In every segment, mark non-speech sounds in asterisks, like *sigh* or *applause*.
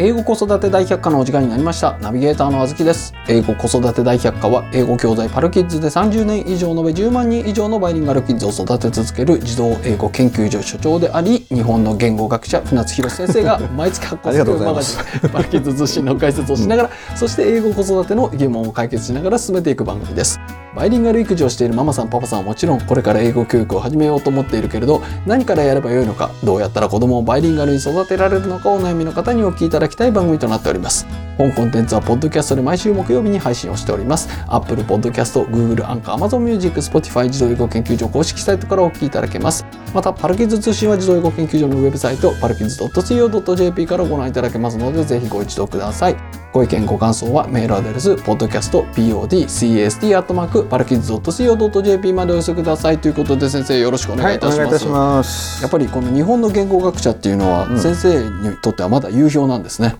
英語子育て大百科のお時間になりましたナビゲーターのあずきです英語子育て大百科は英語教材パルキッズで30年以上延べ10万人以上のバイリンガルキッズを育て続ける児童英語研究所所長であり日本の言語学者船津博先生 *laughs* が毎月発行するマガジンパルキッズ通信の解説をしながら、そして英語子育ての疑問を解決しながら進めていく番組ですバイリンガル育児をしているママさんパパさんはもちろんこれから英語教育を始めようと思っているけれど何からやればよいのかどうやったら子供をバイリンガルに育てられるのかお悩みの方にお聞きいただきたい番組となっております本コンテンツはポッドキャストで毎週木曜日に配信をしております Apple Podcast、Google、アンカー、Amazon Music、Spotify 児童英語研究所公式サイトからお聞きいただけますまたパルキッズ通信は児童英語研究所のウェブサイトパルキッズ .co.jp からご覧いただけますのでぜひご一読くださいご意見ご感想はメールアドレス podcastpodcast パルキッズ .co.jp までお寄せくださいということで先生よろしくお願いいたしはい、お願いいまたす,、します。やっぱりこの日本の言語学者っていうのは、うん先生にとってはまだ有評なんですね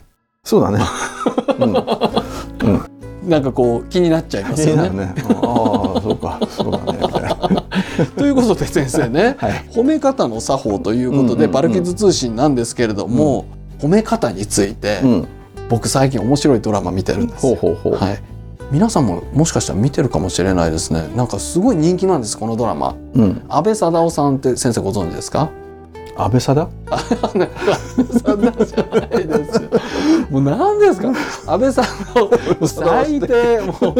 そう *laughs* だね。うん、なんかこう気になっちゃいます *laughs* そようだね。ね。うんああ、そうか、そうだね。みたいなということで先生ね、 *laughs* はい。褒め方の作法ということうんうんで、うんバルキッズ通信なんですけれども、褒め方について、うん。僕最近面白いドラマ見てるんですよほうほうほう。はい、皆さんももしかしたら見てるかもしれないですねなんかすごい人気なんですこのドラマうん。安倍貞夫さんって先生ご存知です *laughs* か安倍貞？そんなじゃないですよもう何ですか安倍貞夫 *laughs* 最低もう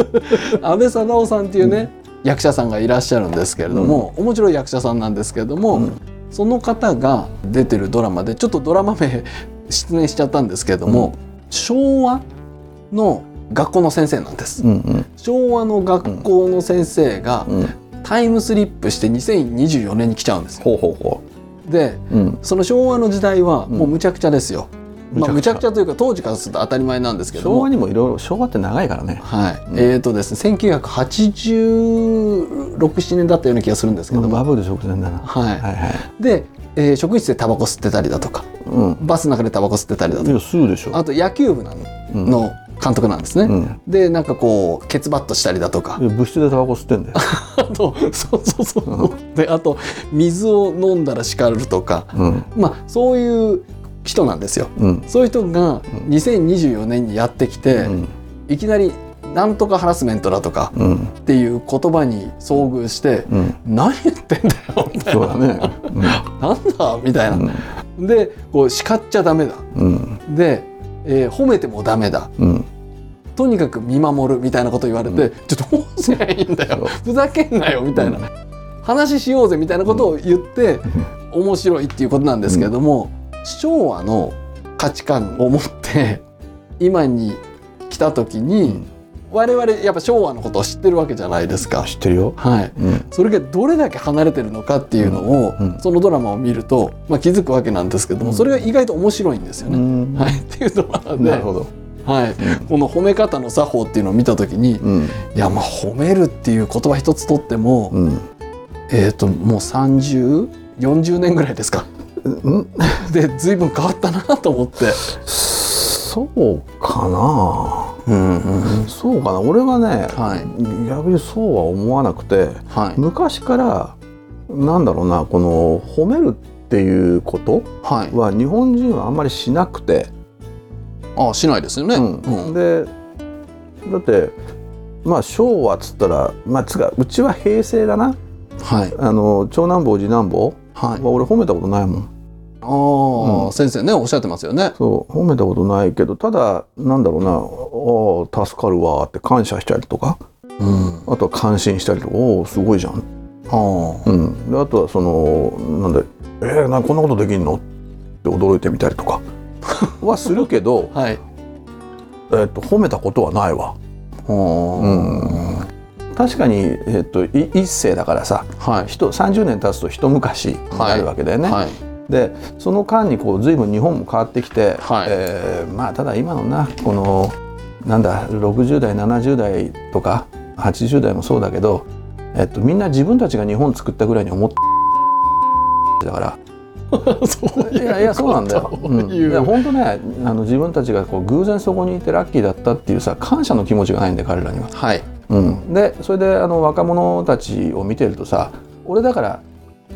安倍貞夫さんっていうね、役者さんがいらっしゃるんですけれども、面白い役者さんなんですけれども、うんその方が出てるドラマでちょっとドラマ名失念しちゃったんですけれども、昭和の学校の先生なんです、うんうん昭和の学校の先生がうん。タイムスリップして2024年に来ちゃうんですよ。ほうほうほでう。うん。その昭和の時代はもうむちゃくちゃですよ。うんまあ、むむちちゃゃくくちちゃというか当時からすると当たり前なんですけど昭も和にもいろいろ昭和って長いからね。はい、うんえーとですね1986年だったような気がするんですけども、バブル直前だな。はいはいはい。で、えー職員室でタバコ吸ってたりだとかうん。バスの中でタバコ吸ってたりだといかやすぐでしょ。あと野球部なのうんの監督なんですね。うん。いでなんかこうケツバットしたりだとかや物質でタバコ吸ってんだよ。あと *laughs* そうそうそうであと水を飲んだら叱るとかうんまあそういう人なんですよ。うんそういう人が2024年にやってきて、うんいきなり「なんとかハラスメントだ」とかうんっていう言葉に遭遇してうん。 「何言ってんだよ」 *laughs* みたいそうだね。な「なんだ」みたいな。うでこう叱っちゃダメだ。んうんで、えー褒めてもダメだ。うん。とにかく見守るみたいなこと言われて、うちょっとどうすりゃいいんだよそふざけんなよみたいな、話しようぜみたいなことを言って、面白いっていうことなんですけれども、昭和の価値観を持って今に来た時に、ん我々やっぱ昭和のことを知ってるわけじゃないですか。知ってるよ。はいうんそれがどれだけ離れてるのかっていうのを、うんうんそのドラマを見ると、まあ、気づくわけなんですけども、うんそれが意外と面白いんですようね。ん。はい、っていうドラマでなるほど。はい、この褒め方の作法っていうのを見た時に、うんいやまあ褒めるっていう言葉一つとっても、うん。えっ、ともう3040年ぐらいですか *laughs* うんで随分変わったなと思って、そうかなうんうんそうかな俺はね、はい逆にそうは思わなくてはい昔からなんだろうなこの褒めるっていうことはいは日本人はあんまりしなくて、あしないですよね、うんうんでだってまあ昭和っつったらまあつうかうちは平成だなはいあの長男坊次男坊はいは俺褒めたことないもんああ、うん先生ねおっしゃってますよねそう褒めたことないけどただなんだろうなああ助かるわーって感謝したりとかうんあとは感心したりとかおおすごいじゃんはうん、であとはそのなんだえー、なこんなことできんのって驚いてみたりとか *laughs* はするけどあ、はいえーと褒めたことはないわは確かに、えー、とい一世だからさあはい人30年経つと一昔になるわけだよね、はいでその間にこう随分日本も変わってきて、はいえーまあただ今のなこのなんだ60代70代とか80代もそうだけど、えっと、みんな自分たちが日本作ったぐらいに思ってだから *laughs* そういいうやいやそうなんだよ。ことうをん、い言うや本当ねあの自分たちがこう偶然そこにいてラッキーだったっていうさ感謝の気持ちがないんで彼らには。はいうん、でそれであの若者たちを見てるとさ俺だから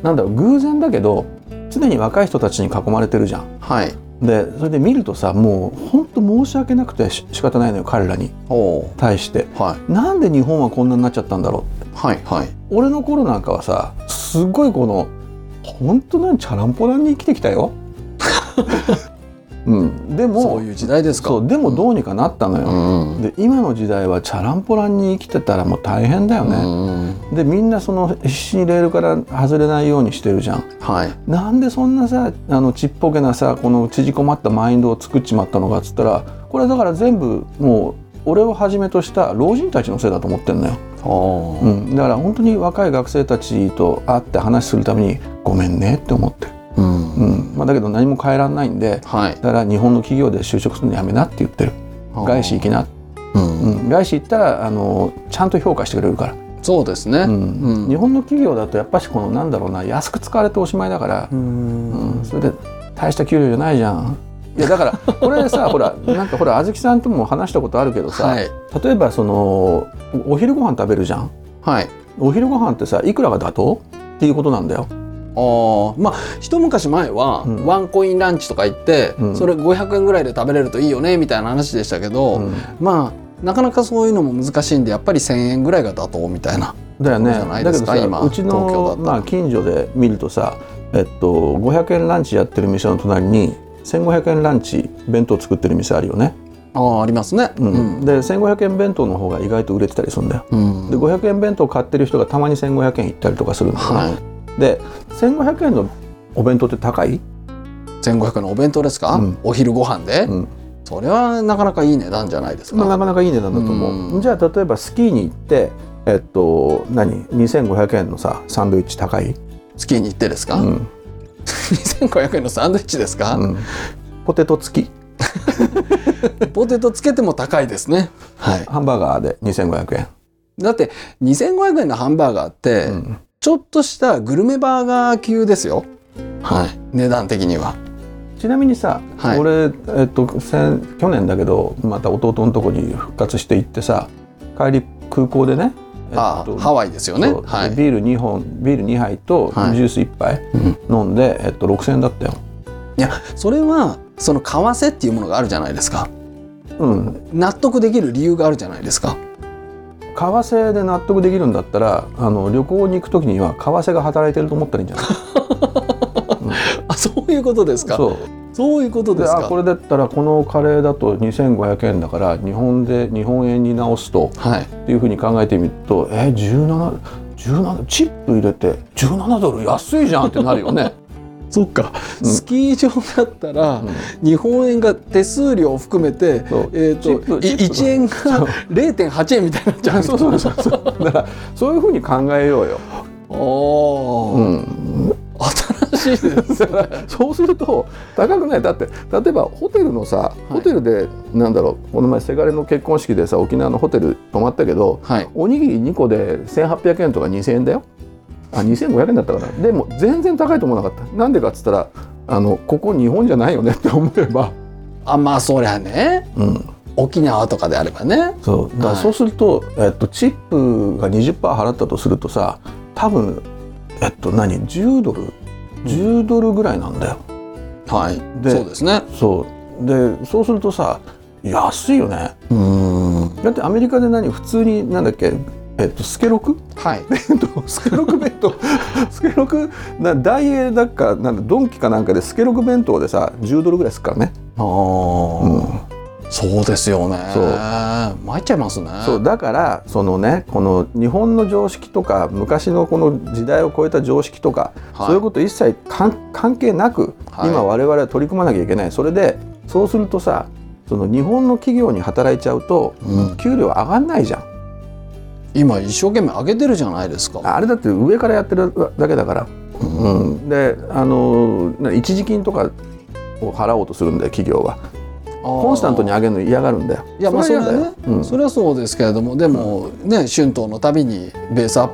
なんだろう偶然だけど常に若い人たちに囲まれてるじゃん。はいでそれで見るとさもう本当申し訳なくてし仕方ないのよ彼らにおー対してはいなんで日本はこんなになっちゃったんだろうってはいはい俺の頃なんかはさすごいこの本当なんチャランポランに生きてき *laughs* たよ。うん、でもそういう時代ですかそうでもどうにかなったのうよ。んうんで今の時代はチャランポランに生きてたらもう大変だようね。んうんでみんなその必死にレールから外れないようにしてるじゃん。はいなんでそんなさあのちっぽけなさこの縮こまったマインドを作っちまったのかっつったらこれだから全部もう俺をはじめとした老人たちのせいだと思ってんのよ。おーうん、だから本当に若い学生たちと会って話するためにごめんねって思ってる、うんうんまあ、だけど何も変えらんないんではいだから日本の企業で就職するのやめなって言ってる外資行きな、うんうん、外資行ったらあのちゃんと評価してくれるから、そうですねうんうん日本の企業だとやっぱしこのなんだろうな安く使われておしまいだから、うんそれで大した給料じゃないじゃんいやだからこれさほらなんかほらあずきさんとも話したことあるけどさ、はい例えばそのお昼ご飯食べるじゃんはいお昼ご飯ってさいくらが妥当っていうことなんだよ。あーまあ一昔前は、うんワンコインランチとか行って、うんそれ500円ぐらいで食べれるといいよねみたいな話でしたけど、うんまあなかなかそういうのも難しいんでやっぱり1,000円ぐらいが妥当みたいな。だよそうじゃなね。いでだけすどかさ今うち東京だっのたらまあ近所で見るとさ、えっと500円ランチやってる店の隣に1500円ランチ弁当作ってる店あるよね。あーありますね。うんうんで1500円弁当の方が意外と売れてたりするんだよ。うんで500円弁当買ってる人がたまに1500円行ったりとかするんだよね、はい、で1500円のお弁当って高い、 1,500円のお弁当ですか、うんお昼ご飯で、うんそれはなかなかいい値段じゃないですまあ、か。なかなかいい値段だと思うんう。じゃあ例えばスキーに行ってえっと何2500円のさサンドイッチ高い、スキーに行ってですか、 *laughs* うん、 2500円のサンドイッチですか、うんポテト付きポテトつけても高いですね。はい、ハンバーガーで2500円、だって2500円のハンバーガーって、うんちょっとしたグルメバーガー級ですよ。はい。値段的には。ちなみにさ、はい俺、えっと、先去年だけどまた弟のとこに復活して行ってさ帰り空港でね、えっとああ、ハワイですよね。そうはい。ビール2本ビール2杯とジはいュース1杯うん飲んで、えっと、6000円だったよ、いや、それは、その為替っていうものがあるじゃないですか。うん、納得できる理由があるじゃないですか。為替で納得できるんだったらあの旅行に行く時には為替が働いてると思ったらいいんじゃないであ、そういうことですす *laughs* か。かそうそういうことですあかこ。れだったらこのカレーだと2500円だから日本で日本円に直すとはい。っていうふうに考えてみるとえ17 17チップ入れて17ドル安いじゃんってなる *laughs* よね。そっか、うんスキー場だったら、日本円が手数料を含めてそう、えっ、チッと、プチップ1円が0.8円みたいになっちゃうんですそうそうそうそう *laughs* だからそういうふうに考えようよ。おうー、ん、新しいです。だから *laughs* そうすると高くないだって例えばホテルのさホテルで、なんだろうこの前せがれの結婚式でさ沖縄のホテル泊まったけどはい。おにぎり2個で1800円とか2000円だよ。あ2500円だったかなでも全然高いと思わなかったなんでかっつったらあのここ日本じゃないよねって思えば、あ、まあ、そりゃね。うん、沖縄とかであればね。そうだかはらいそうすると、えっと、チップが20%払ったとするとさ多分えっと何10ドル10ドルぐらいなんだよ、はい。でそうですね。そうでそうするとさ安いよねうーん。だってアメリカで何普通になんだっけえっとスケロク *laughs* はい。スケロク弁 *laughs* 当スケロクなダイエーだっかなんだドンキかなんかでスケロク弁当でさ10ドルぐらいすっからね、ああ、うん、そうですよね。そう参っちゃいますね。そうだからそのねこの日本の常識とか昔のこの時代を超えた常識とか、はいそういうこと一切かん関係なく、はい今我々は取り組まなきゃいけないそれでそうするとさその日本の企業に働いちゃうと、うん給料上がんないじゃん今一生懸命上げてるじゃないですか。あれだって上からやってるだけだから、うん、であのな一時金とかを払おうとするんだよ企業はコンスタントにあ上げるの嫌がるんだよー。いやまあそれは嫌だねよ、うんそれはそうですけれどもでもね春闘のたびにベースアッ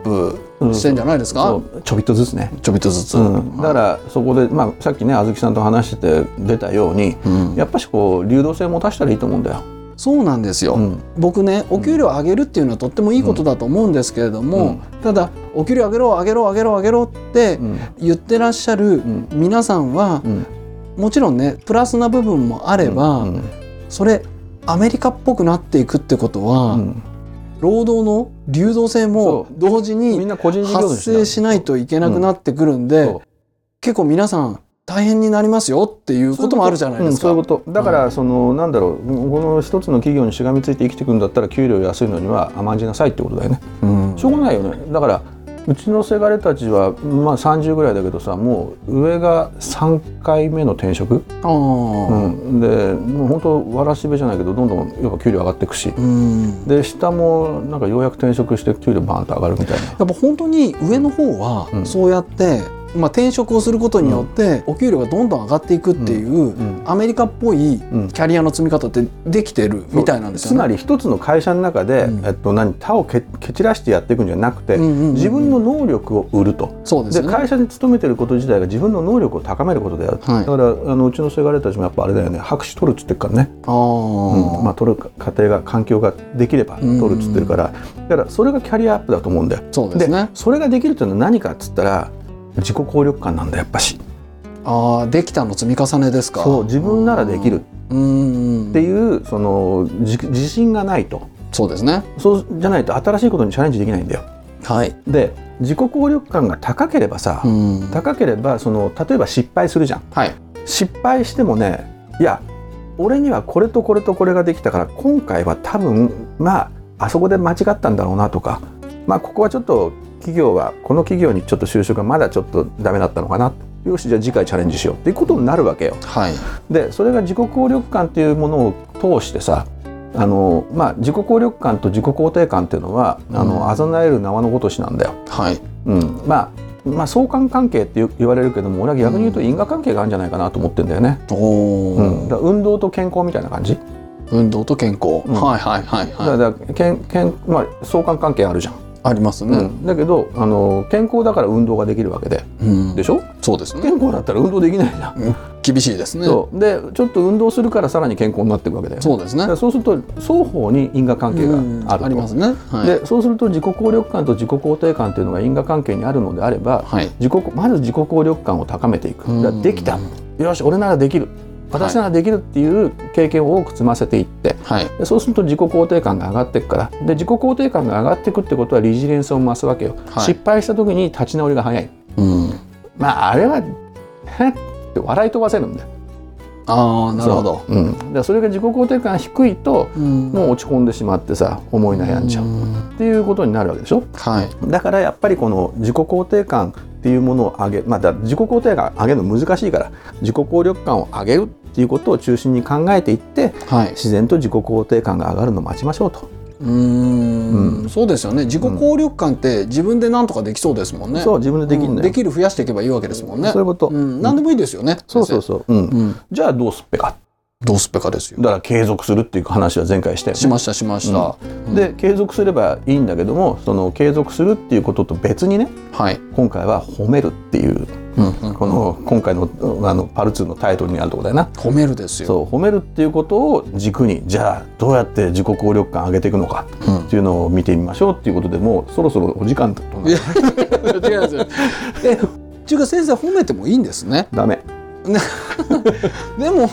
プしてんじゃないですか、そうちょびっとずつねちょびっとずつ、うん、だからそこで、まあ、さっきねあずきさんと話してて出たように、うんやっぱしこう流動性持たしたらいいと思うんだよ。そうなんですよ、うん僕ねお給料上げるっていうのはとってもいいことだと思うんですけれども、ただお給料上げろ上げろ上げろ上げろってうん言ってらっしゃるん皆さんは、うんもちろんねプラスな部分もあれば、うんそれアメリカっぽくなっていくってことは、うん労働の流動性もそう同時みんにな個人事業発生しないといけなくなってくるんで、そう結構皆さん大変になりますよっていうこともあるじゃないですか。うんそういうことだからその、なんだろうこの一つの企業にしがみついて生きていくんだったら給料安いのには甘んじなさいってことだよねうんしょうがないよねだからうちのせがれたちはまあ30ぐらいだけどさもう上が3回目の転職、あーうん、でもう本当わらしべじゃないけどどんどんやっぱ給料上がっていくしうんで下もなんかようやく転職して給料バーンと上がるみたいなやっぱ本当に上の方うはんそうやって、まあ、転職をすることによってお給料がどんどん上がっていくっていう、んアメリカっぽいうんキャリアの積み方ってできてるみたいなんですよね。つまり一つの会社の中で、うんえっと、何他を蹴蹴散らしてやっていくんじゃなくて、うんうんうんうん自分の能力を売ると。そうですでよね。会社に勤めてること自体が自分の能力を高めることである、はいだからあのうちのせがれたちもやっぱあれだよね拍手取るっつってるからね、あうんーまあ、取るか家庭が環境ができればうん取るっつってるから、だからそれがキャリアアップだと思うんだよそうですね。それができるっていうのは何かっつったら自己効力感なんだやっぱしああできたの積み重ねですか。そう自分ならできるうん。っていうその自自信がないとそうですね。そうじゃないと新しいことにチャレンジできないんだよはい。で自己効力感が高ければさ、うん。高ければその例えば失敗するじゃんはい。失敗してもねいや俺にはこれとこれとこれができたから今回は多分まああそこで間違ったんだろうなとかまあここはちょっと企業はこの企業にちょっと就職がまだちょっとダメだったのかなよしじゃあ次回チャレンジしようっていうことになるわけよ。はい。でそれが自己効力感っていうものを通してさあのまあ自己効力感と自己肯定感っていうのはあうんのあざなえる縄のごとしなんだよ。はい。うん、まあまあ相関関係って言われるけども俺は逆に言うと因果関係があるんじゃないかなと思ってんだよね、おうん、だお、から運動と健康みたいな感じ、運動と健康。うんはいはいはいだはい。だからけんけんまあ、相関関係あるじゃん、ありますうね。ん、だけどあの健康だから運動ができるわけでうん。でしょそうですね。健康だったら運動できないじゃん、厳しいですね。そそうでちょっと運動するからさらに健康になっていくわけだようだですねか。らそうすると双方に因果関係うんがあると、りますね。はい。でそうすると自己効力感と自己肯定感というのが因果関係にあるのであれば、はい。自己まず自己効力感を高めていくうんだからできたよし俺ならできる私ならできるっていう経験を多く積ませていって、はい。でそうすると自己肯定感が上がっていくからで自己肯定感が上がっていくってことはリジリエンスを増すわけよ、はい失敗した時に立ち直りが早いうん。まああれは *laughs* へっって笑い飛ばせるんだよああ、なるほど。そう、うん、でそれが自己肯定感が低いとうんもう落ち込んでしまってさ思い悩んじゃうっていうことになるわけでしょはい。だからやっぱりこの自己肯定感っていうものを上げ、まあ、だ自己肯定感上げるの難しいから自己効力感を上げるっていうことを中心に考えていってはい。自然と自己肯定感が上がるのを待ちましょうと、うー。うんそうですよね。自己効力感って自分で何とかできそうですもんね。そう自分でできるうんんだよ、できる増やしていけばいいわけですもんね。そういうこと、うん。何でもいいですよね。そうそう先そう、うん生。うん。じゃあどうすっぺかどうすっぺかですよだ。から継続するっていう話は前回したよねしましたしました。うんで継続すればいいんだけどもその継続するっていうことと別にねはい。今回は褒めるっていううんうんこの今回のあのパル2のタイトルにあるところだよな褒めるですよ。そう褒めるっていうことを軸にじゃあどうやって自己効力感上げていくのかうんっていうのを見てみましょうっていうことでもうそろそろお時間といや *laughs* 違いますよ。え、ちゅうか先生褒めてもいいんですね。ダメでも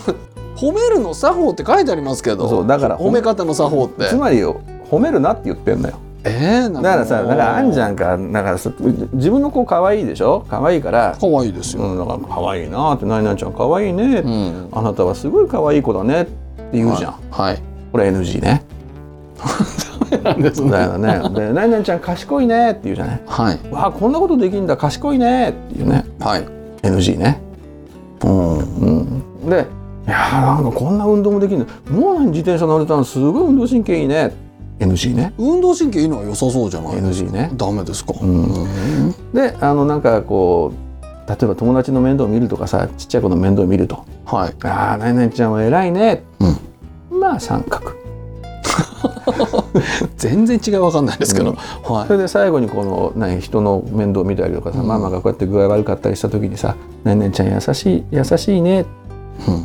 褒めるの作法って書いてありますけど。そうだから褒め方の作法ってつ。まりよ褒めるなって言ってんのよえー、なだんからさだからあんじん。ゃんかだからさ自分の子可愛いでしょ可愛いから可愛いですよ。うんだから可愛いなってなになにちゃん可愛いね、うん。あなたはすごい可愛い子だねって言うじゃん、はい。はい。これ NG ねなんです *laughs* だよねで「なになにちゃん賢いね」って言うじゃないはい。 「わあこんなことできるんだ賢いね」っていうねはい。 NG ねうん。うん、でいやーなんかこんな運動もできるんだもう自転車乗れたのすごい運動神経いいね NG ね運動神経いいのは良さそうじゃない。 NG ねダメですか。んうんであのなんかこう例えば友達の面倒を見るとかさちっちゃい子の面倒を見るとはい。 「ああ何々ちゃんは偉いね」まあ三角全然違いわかんないですけど。うんはそれで最後にこの何人の面倒を見たりとかさ、うんママがこうやって具合悪かったりした時にさ「何々ちゃん優しい優しいね」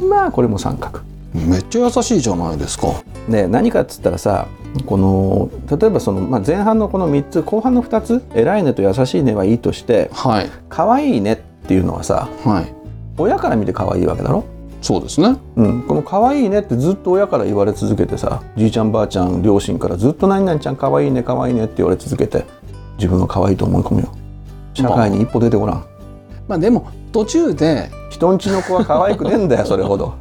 うまあこれも三角。い。めっちゃ優しいじゃないですか。で何かっつったらさこの例えばその、まあ、前半のこの3つ後半の2つ「偉いね」と「優しいね」はいいとしてはい。 「可愛いね」っていうのはさはい。 「親から見て可愛いわけだろ、そうですねうん、この可愛いねってずっと親から言われ続けてさじいちゃんばあちゃん両親からずっと何々ちゃん可愛いね可愛いねって言われ続けて自分は可愛いと思い込むよ社会に一歩出てごらんまあでも途中で人んちの子は可愛くねえんだよ *laughs* それほど、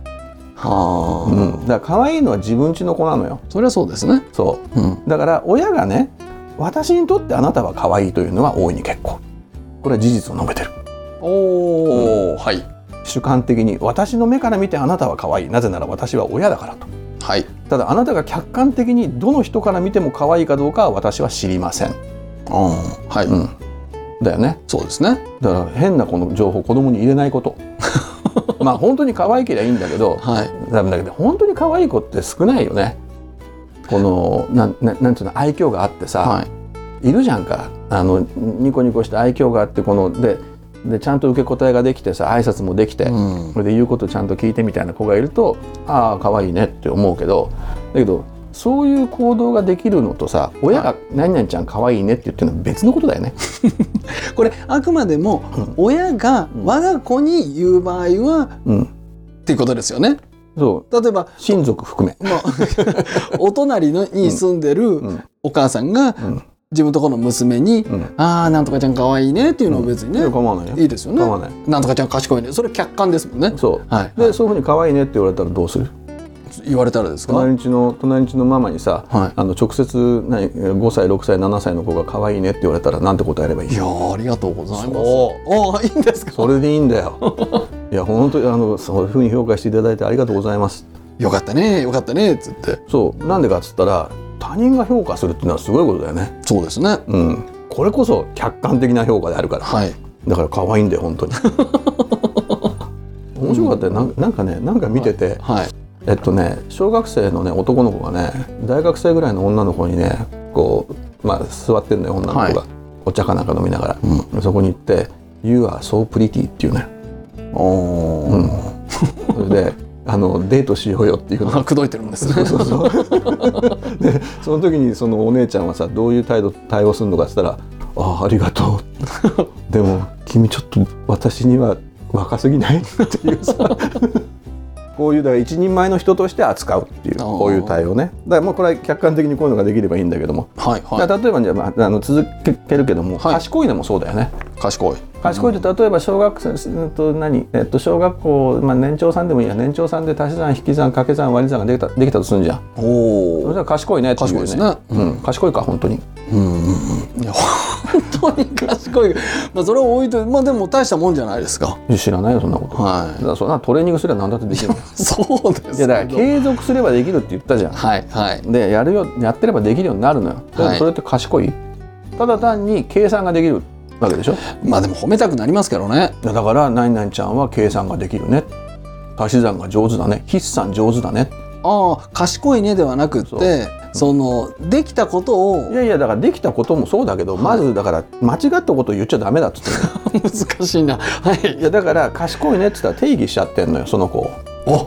はあ、うん、だから可愛いのは自分ちの子なのよそれはそうですねそううんだから親がね私にとってあなたは可愛いというのは大いに結構これは事実を述べてるおお、はい主観的に私の目から見てあなたは可愛いなぜなら私は親だからとはいただあなたが客観的にどの人から見ても可愛いかどうかは私は知りません、あーはい、うん、だよねそうですねだから変なこの情報子供に入れないことまあ本当に可愛ければいいんだけどはいダメだけど本当に可愛い子って少ないよねこのなんななんていうの愛嬌があってさ、はいいるじゃんかあのニコニコして愛嬌があってこのででちゃんと受け答えができてさ挨拶もできて、うんそれで言うことちゃんと聞いてみたいな子がいるとああ可愛いねって思うけどだけどそういう行動ができるのとさ親が「何々ちゃん可愛いね」って言ってるのは別のことだよね。これあくまでもうん親がうん我が子に言う場合はうん、っていうことですよねそう例 *laughs* えば、親族含め、まあ、お隣のに住んでるうんお母さんがうん自分とこの娘にうん「ああなんとかちゃんかわいいね」っていうのは別にね、構わないよいいですよね構わないなんとかちゃん賢いねそれ客観ですもんねそはうでそういうふうに可愛いねって言われたらどうするい言われたらですか隣んちの隣んちのママにさ、はいあの直接何5歳6歳7歳の子が可愛いねって言われたらなんて答えればいいいやーありがとうございますそおーいいんですかそれでいいんだ *laughs* よいや本当にあのそういうふうに評価していただいてありがとうございますよかったねよかったねっつってそうなんでかっつったら他人が評価するっていうのはすごいことだよねそうですねうんこれこそ客観的な評価であるからはいだから可愛いんだよ *laughs* 本当に面白かったよなんなんかねなんか見てて、はいえっとね小学生のね男の子がね大学生ぐらいの女の子にねこうまあ座ってんのよ女の子が、はお茶かなんか飲みながら、そこに行って「You are so pretty」っていうねおうーん、それであのデートしようよっていうのあ *laughs* 口説いてるんです *laughs* ねそうそうそうで *laughs* その時にそのお姉ちゃんはさどういう態度対応するのかって言ったら「ああありがとう」で *laughs* も君ちょっと私には若すぎないっていうさ *laughs* こういうだから一人前の人として扱うっていうあーこういう対応ねだからもうこれは客観的にこういうのができればいいんだけども、はいだはから例えばじゃあ,、まあ、あの続けるけども、はい賢いのもそうだよねい賢い賢いと例えば小学生えっと何えっと小学校まあ年長さんでもいいや年長さんで足し算引き算掛け算割り算ができたできたとするんじゃん。おそおれじゃ賢いねっていうね。賢いですねうん賢いか本当に。うんうんうんいや *laughs* 本当に賢いまあそれは置いといてまあでも大したもんじゃないですか知らないよそんなこと。はだからそんなトレーニングすれば何だって *laughs* できる。いいそうですけやどだから継続すればできるって言ったじゃん。はいはいでやるよやってればできるようになるのよ。だけどはいそれって賢い。ただ単に計算ができるわけでしょ。いまあでも褒めたくなりますけどねやだから何々ちゃんは計算ができるね。足し算が上手だね。筆算上手だね。ああ賢いねではなくってそそ,、うのできたことをいやいやだからできたこともそうだけど、まずだから間違ったことを言っちゃダメだっつってん *laughs* の難しいなはいいやだから賢いねっつったら定義しちゃってんのよその子をお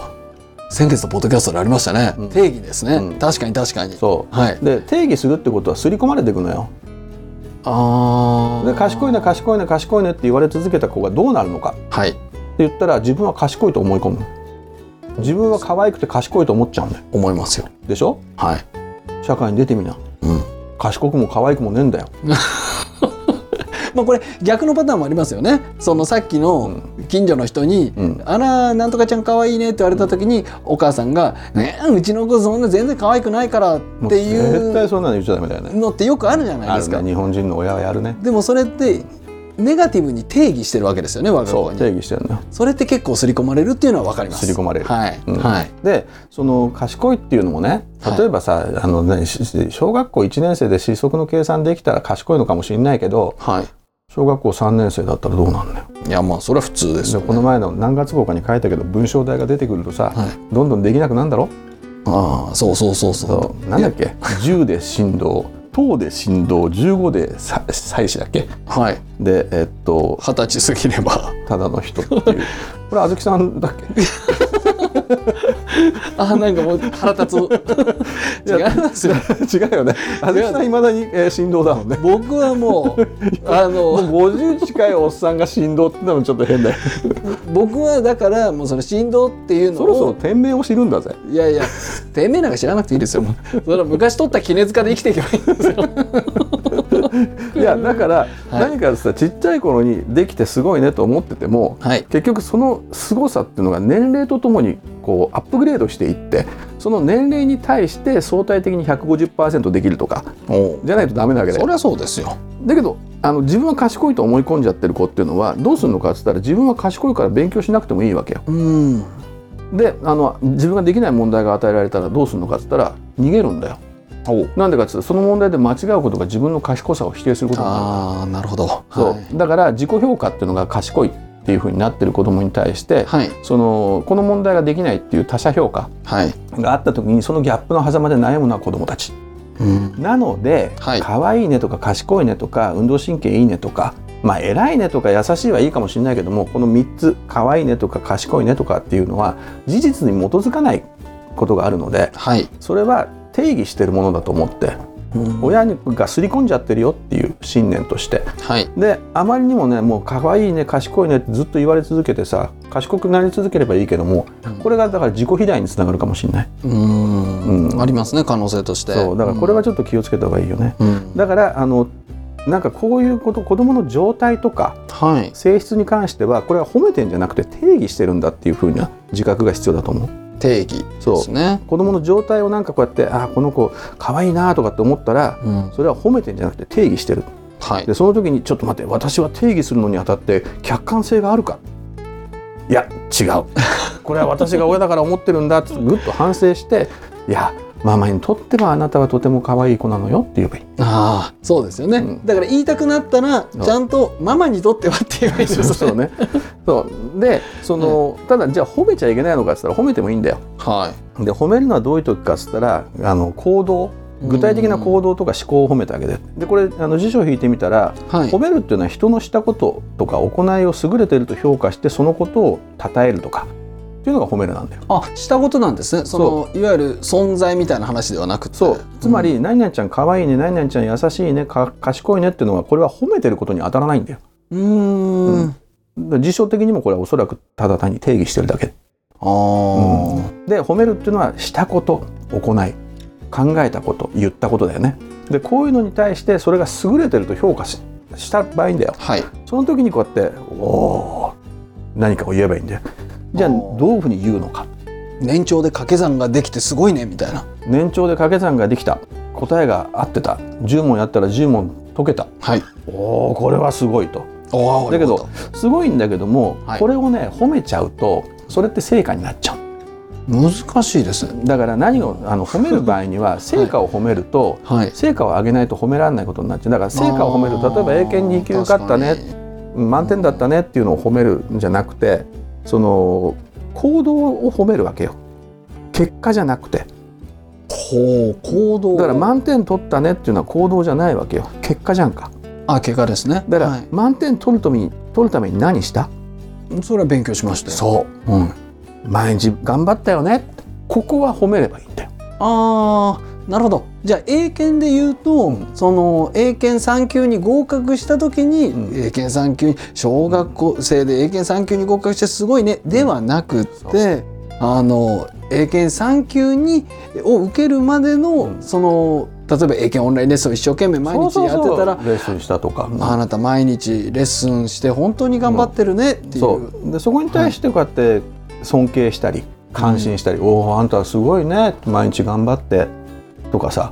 先月のポッドキャストでありましたね、ん定義ですね、うん確かに確かにそう、はいで定義するってことは刷り込まれていくのよああで賢いな賢いな賢いねって言われ続けた子がどうなるのかはいって言ったら自分は賢いと思い込む自分は可愛くて賢いと思っちゃうんだよ思いますよでしょはい社会に出てみなうん賢くも可愛くもねえんだよまあこれ逆のパターンもありますよねそのさっきの近所の人に「うんあらなんとかちゃん可愛いね」って言われた時にお母さんが「ねえうちの子そんな全然可愛くないから」っもうてい絶対うそんなの言っちゃダメだよねのってよくあるじゃないあでするか、ね日本人の親はやるねでもそれってネガティブに定義してるわけですよね我がそ子うに定そ義してんのよれって結構刷り込まれるっていうのは分かります刷り込まれるはい、うんはいでその賢いっていうのもねはい例えばさ、あのねしし小学校1年生で四則の計算できたら賢いのかもしれないけどはい小学校3年生だったらどうなんだよ。いやまあそれは普通ですでよ、この前の何月号かに書いたけど文章題が出てくるとさ、はどんどんできなくなるんだろああそうそうそうそうそうなんだっけ10で振動10で振動15でさ祭祀だっけはいでえっと二十 *laughs* 歳過ぎればただの人っていうこれあずきさんだっけあなんかもう腹 *laughs* *laughs* 立つ違いますよ違うよね安住さんいまだに、えー振動だもんね僕はも *laughs* うあのもう50近いおっさんが振動ってのもちょっと *laughs* 変だよ僕はだからもうその振動っていうのをそろそろ天命を知るんだぜいやいやてめえなんか知らなくていいですよもうそれは昔取った絹塚で生きていけばいいんですよいやだから、何かさちっちゃい頃にできてすごいねと思っててもはい結局その凄さっていうのが年齢とともにこうアップグレードしていってその年齢に対して相対的に150%できるとかおじゃないとダメなわけだそよりゃそうですよだけどあの自分は賢いと思い込んじゃってる子っていうのはどうするのかっつったら自分は賢いから勉強しなくてもいいわけようんであの自分ができない問題が与えられたらどうするのかっつったら逃げるんだよおなんでかっつったらその問題で間違うことが自分の賢さを否定することになるああなるほどそう、はいだから自己評価っていうのが賢いっていうふうになってる子どもに対して、はいそのこの問題ができないっていう他者評価はいがあった時にそのギャップの狭間で悩むのは子どもたちうんなので、はい可愛いねとか賢いねとか運動神経いいねとかまあ偉いねとか優しいはいいかもしれないけどもこの3つ可愛いねとか賢いねとかっていうのは事実に基づかないことがあるのではいそれは定義してるものだと思って親親が刷り込んじゃってるよっていう信念としてはいであまりにもねもう可愛いね賢いねってずっと言われ続けてさ賢くなり続ければいいけどもこれがだから自己肥大につながるかもしれない、うん、うんありますね可能性としてそうだからこれはちょっと気をつけた方がいいよね、うん、うんだからあのなんかこういうこと子どもの状態とかはい性質に関してはこれは褒めてんじゃなくて定義してるんだっていうふうな自覚が必要だと思う定義そうですね子どもの状態をなんかこうやってあーこの子可愛いなとかって思ったらうんそれは褒めてんじゃなくて定義してるはいでその時にちょっと待って私は定義するのにあたって客観性があるかいや違うこれは私が親だから思ってるんだってぐっと反省していやママにとってはあなたはとても可愛い子なのよって言えばいいああそうですよね、うんだから言いたくなったらちゃんとママにとってはって言えばいいですねそうねそうでその、ただじゃあ褒めちゃいけないのかっつったら褒めてもいいんだよはで褒めるのはどういう時かっつったらあの行動うん具体的な行動とか思考を褒めてあげてでこれあの辞書を引いてみたらいはい褒めるっていうのは人のしたこととか行いを優れていると評価してそのことを称えるとかっていうのが褒めるなんだよ。あしたことなんですねそのいわゆる存在みたいな話ではなくてそうつまり、何々ちゃん可愛いね何々ちゃん優しいねか賢いねっていうのはこれは褒めてることに当たらないんだよ。うーんうんだから辞書的にもこれはおそらくただ単に定義してるだけ。あー、で褒めるっていうのはしたこと行い考えたこと言ったことだよね。でこういうのに対してそれが優れてると評価しした場合いいんだよ。はいその時にこうやって「おお何かを言えばいいんだよ。じゃあどういうふうに言うのか。年長で掛け算ができてすごいねみたいな年長で掛け算ができた答えが合ってた10問やったら10問解けたはいおおこれはすごいとああだけどすごいんだけども、はいこれをね褒めちゃうとそれって成果になっちゃう難しいですねだから何をあの褒める場合には成果を褒めると、はい成果を上げないと褒められないことになっちゃうだから成果を褒める例えば英検2級受かったあねーうん満点だったねっていうのを褒めるんじゃなくてその行動を褒めるわけよ結果じゃなくてほう行動だから満点取ったねっていうのは行動じゃないわけよ結果じゃんかあ怪我ですねだから、はい満点取るために取るために何したそれは勉強しましたよそう、うん、毎日頑張ったよねここは褒めればいいんだよあーなるほどじゃあ英検で言うと、うんその英検3級に合格した時に、うん英検3級に小学校生で英検3級に合格してすごいね、ではなくってあの英検3級にを受けるまでの、うんその例えば英検オンラインレッスンを一生懸命毎日やってたらレッスンしたとかあなた毎日レッスンして本当に頑張ってるねっていう。そうでそこに対してこうやって尊敬したり感心したり「おおあんたはすごいね毎日頑張って」とかさ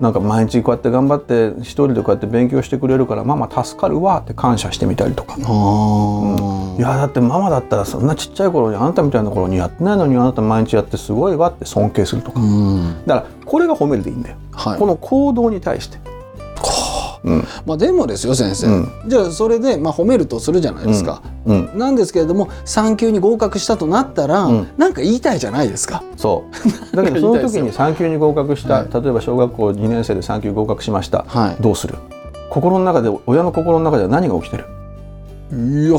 なんか毎日こうやって頑張って一人でこうやって勉強してくれるからママ助かるわって感謝してみたりとかあーいやだってママだったらそんなちっちゃい頃にあなたみたいな頃にやってないのにあなた毎日やってすごいわって尊敬するとかうんだからこれが褒めるでいいんだよ、はいこの行動に対して、うんまあ、でもですよ先生、うんじゃあそれで、まあ、褒めるとするじゃないですか、うん、なんですけれども3級に合格したとなったら、うんなんか言いたいじゃないですか。 *laughs* そうだなけどんか言いそたいのです時よに3級に合格した、は例えば小学校2年生で3級合格しました、はい、どうする心の中で親の心の中では何が起きてるいや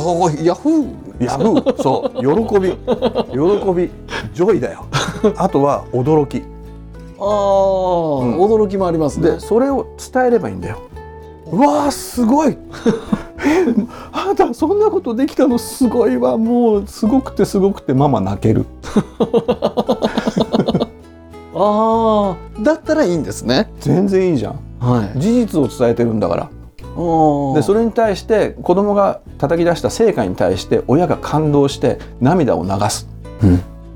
ヤフーやるそう喜び喜びジョイだよあとは驚きあー、うん驚きもありますねでそれを伝えればいいんだようわーすごいえあなたそんなことできたのすごいわもうすごくてすごくてママ泣けるああだったらいいんですね全然いいじゃんはい事実を伝えてるんだからあでそれれに対して子供が叩き出した成果に対して親が感動して涙を流す、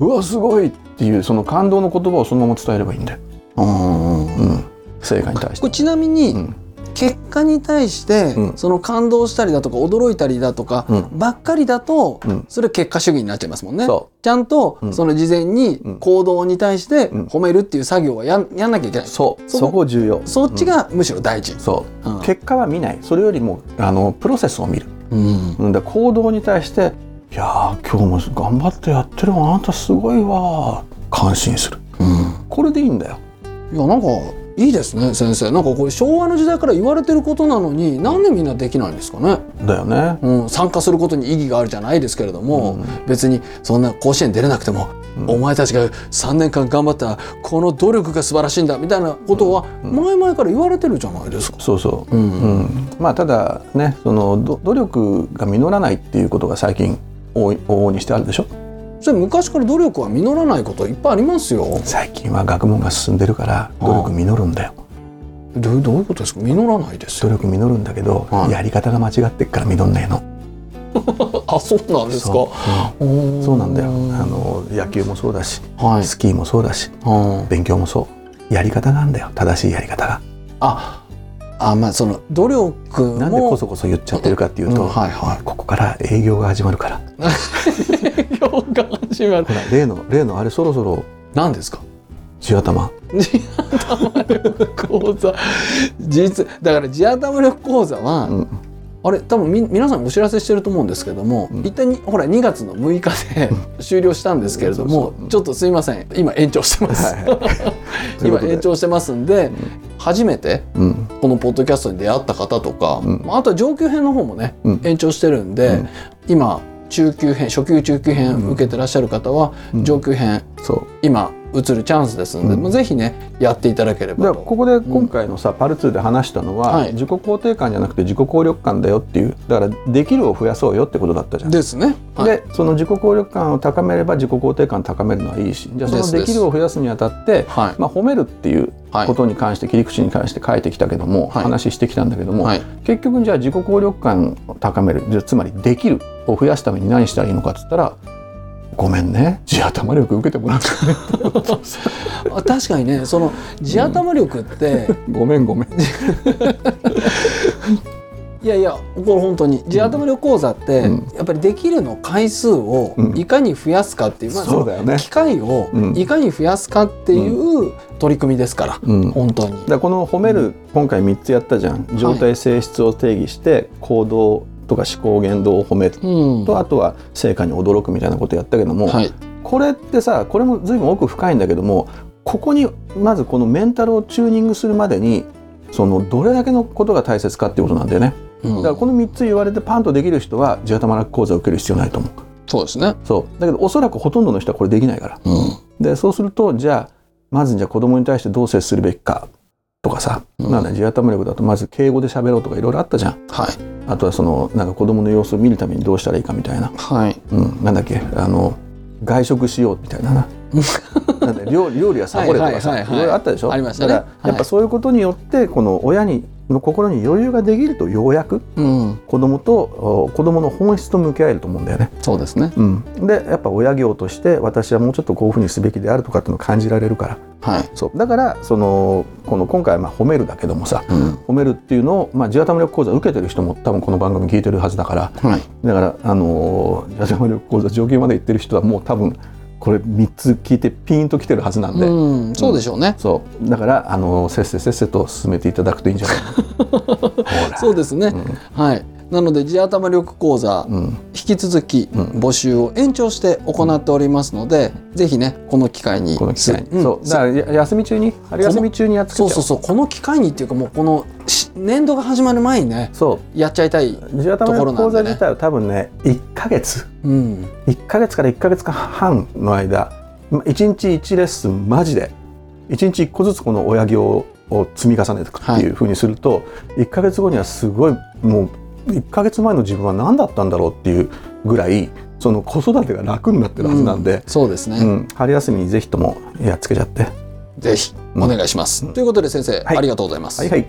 うわすごいっていうその感動の言葉をそのまま伝えればいいんだよ、うん、成果に対しこてれちなみに、うん結果に対して、うんその感動したりだとか驚いたりだとか、うんばっかりだと、うんそれ結果主義になっちゃいますもんね。そちゃんと、うんその事前にうん行動に対してうん褒めるっていう作業はやんやんなきゃいけない。そうそそここ重要そっち、がむしろ大事うん。そう、うん結果は見ないそれよりもあのプロセスを見るうんうんだから行動に対して「いやー今日も頑張ってやってるわあなたすごいわ」感心するうんこれでいいんだよいやなんかいいですね先生。なんかこれ昭和の時代から言われてることなのになんでみんなできないんですかね。だよねうん、参加することに意義があるじゃないですけれども、うん別にそんな甲子園出れなくても、うんお前たちが3年間頑張ったこの努力が素晴らしいんだみたいなことは前々から言われてるじゃないですか。そうそうううんん、まあただねそのど努力が実らないっていうことが最近往々往々にしてあるでしょそれ昔から努力は実らないこといっぱいありますよ。最近は学問が進んでるから努力実るんだよどどういうことですか実らないです努よ。力実るんだけど、はいやり方が間違ってっから実んないのあそうなんですか。そおーそうなんだよあの野球もそうだしはい。スキーもそうだしうん勉強もそうやり方なんだよ正しいやり方がああまあその努力もなんでこそこそ言っちゃってるかっていうと、うんはいはここから営業が始まるかい。ら評価が始まるほ。ら例の例のあれそろそろ何ですか地頭地頭力講座実だから地頭力講座は、うんあれ多分み皆さんお知らせしてると思うんですけども、うん一旦にほら2月の6日で終了したんですけれども、そうそううんちょっとすいません今延長して *laughs* ます、はいというこ今とで延長してますんで、初めてうんこのポッドキャストに出会った方とか、うんまああとは上級編の方もね、うん延長してるんで、うん今中級編初級中級編受けてらっしゃる方は、うん上級編そう今映るチャンスですので、うんもうぜひねやっていただけれだかばらとここで今回のさ、パル2で話したのは、はい自己肯定感じゃなくて自己効力感だよっていうだからできるを増やそうよってことだったじゃん。で,、ですね。はい、その自己効力感を高めれば自己肯定感高めるのはいいしじゃあそですのですできるを増やすにあたって、はいまあ、褒めるっていうはいことに関して、切り口に関して書いてきたけども、はい話してきたんだけども、はい結局じゃあ自己効力感を高めるじゃあつまりできるを増やすために何したらいいのかっつったらごめんね地頭力受けてもらってあ確かにねその地頭力って、ごめんごめん。いやいやこれ本当に地頭力講座って、うんやっぱりできるの回数をうんいかに増やすかっていう、そのそうだよね機会をうんいかに増やすかっていう取り組みですから、うん本当にだか。らこの褒める、今回3つやったじゃん状態性質を定義して行動とか思考言動を褒めるうん、とあとは成果に驚くみたいなことやったけども、はい、これってさこれも随分奥深いんだけどもここにまずこのメンタルをチューニングするまでにそのどれだけのことが大切かっていうことなんだよねうんだからこの3つ言われてパンとできる人は地頭楽講座を受ける必要ないと思うそうですね。そうだけどおそらくほとんどの人はこれできないからうんでそうするとじゃあまずじゃあ子供に対してどう接するべきかとかさ、うんなんだ地頭力だとまず敬語で喋ろうとかいろいろあったじゃんはいあとはそのなんか子供の様子を見るためにどうしたらいいかみたいな、はいうん、なんだっけあの外食しようみたいななな *laughs* んだ料理料理はサボれとかさはいいはいはいはいろいろあったでしょありましたねだからやっはいぱそういうことによってこの親にの心に余裕ができるとようやくうん、子供とお子供の本質と向き合えると思うんだよね。そうですね。うん、でやっぱ親業として私はもうちょっとこういうふうにすべきであるとかっていうのを感じられるからはい、そうだからそのこの今回はまあ褒めるだけどもさうん、褒めるっていうのを、まあ、地頭力講座受けてる人も多分この番組聞いてるはずだからはい、だから、あのー地頭力講座上級まで行ってる人はもう多分これ3つ聞いてピーンと来てるはずなんで、うん、そうでしょうね。そうだから、あのーせっせせっせと進めていただくといいんじゃないかなほらそうですね。うはい。なので地頭力講座、ん、うん引き続きうん募集を延長して行っておりますので、ぜひねこの機会にこの機会に、うんそうだからや休み中に春休み中にやっつけちそゃおううそうそうこの機会にっていうかもうこのし年度が始まる前にねそうやっちゃいたい、地と頭ころな力ん講でね座自体は多分ね1ヶ月うん、 1ヶ月から1ヶ月間半の間ま1日1レッスンマジで1日1個ずつこの親行を積み重ねていくっていうふうにすると、1ヶ月後にはすごいもう1ヶ月前の自分は何だったんだろうっていうぐらいその子育てが楽になってるはずなんで、そうですね、うん春休みにぜひともやっつけちゃって。ぜひお願いします、ということで先生、はいありがとうございます、はいはい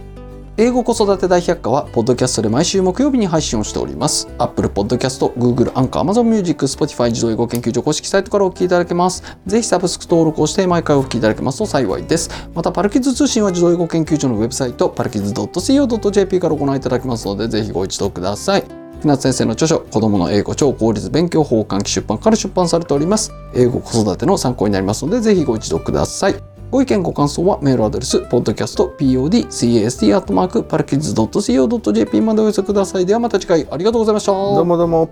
英語子育て大百科はポッドキャストで毎週木曜日に配信をしております Apple Podcast、Google、Anchor、Amazon Music、Spotify 自動英語研究所公式サイトからお聞きいただけますぜひサブスク登録をして毎回お聞きいただけますと幸いですまたパルキッズ通信は自動英語研究所のウェブサイトパルキッズ .co.jp からご覧いただけますのでぜひご一読ください船津先生の著書「子供の英語超効率勉強法」換気出版から出版されております英語子育ての参考になりますのでぜひご一読くださいご意見ご感想はメールアドレス podcastpodcast.co.jp までお寄せくださいではまた次回ありがとうございましたどうもどうも。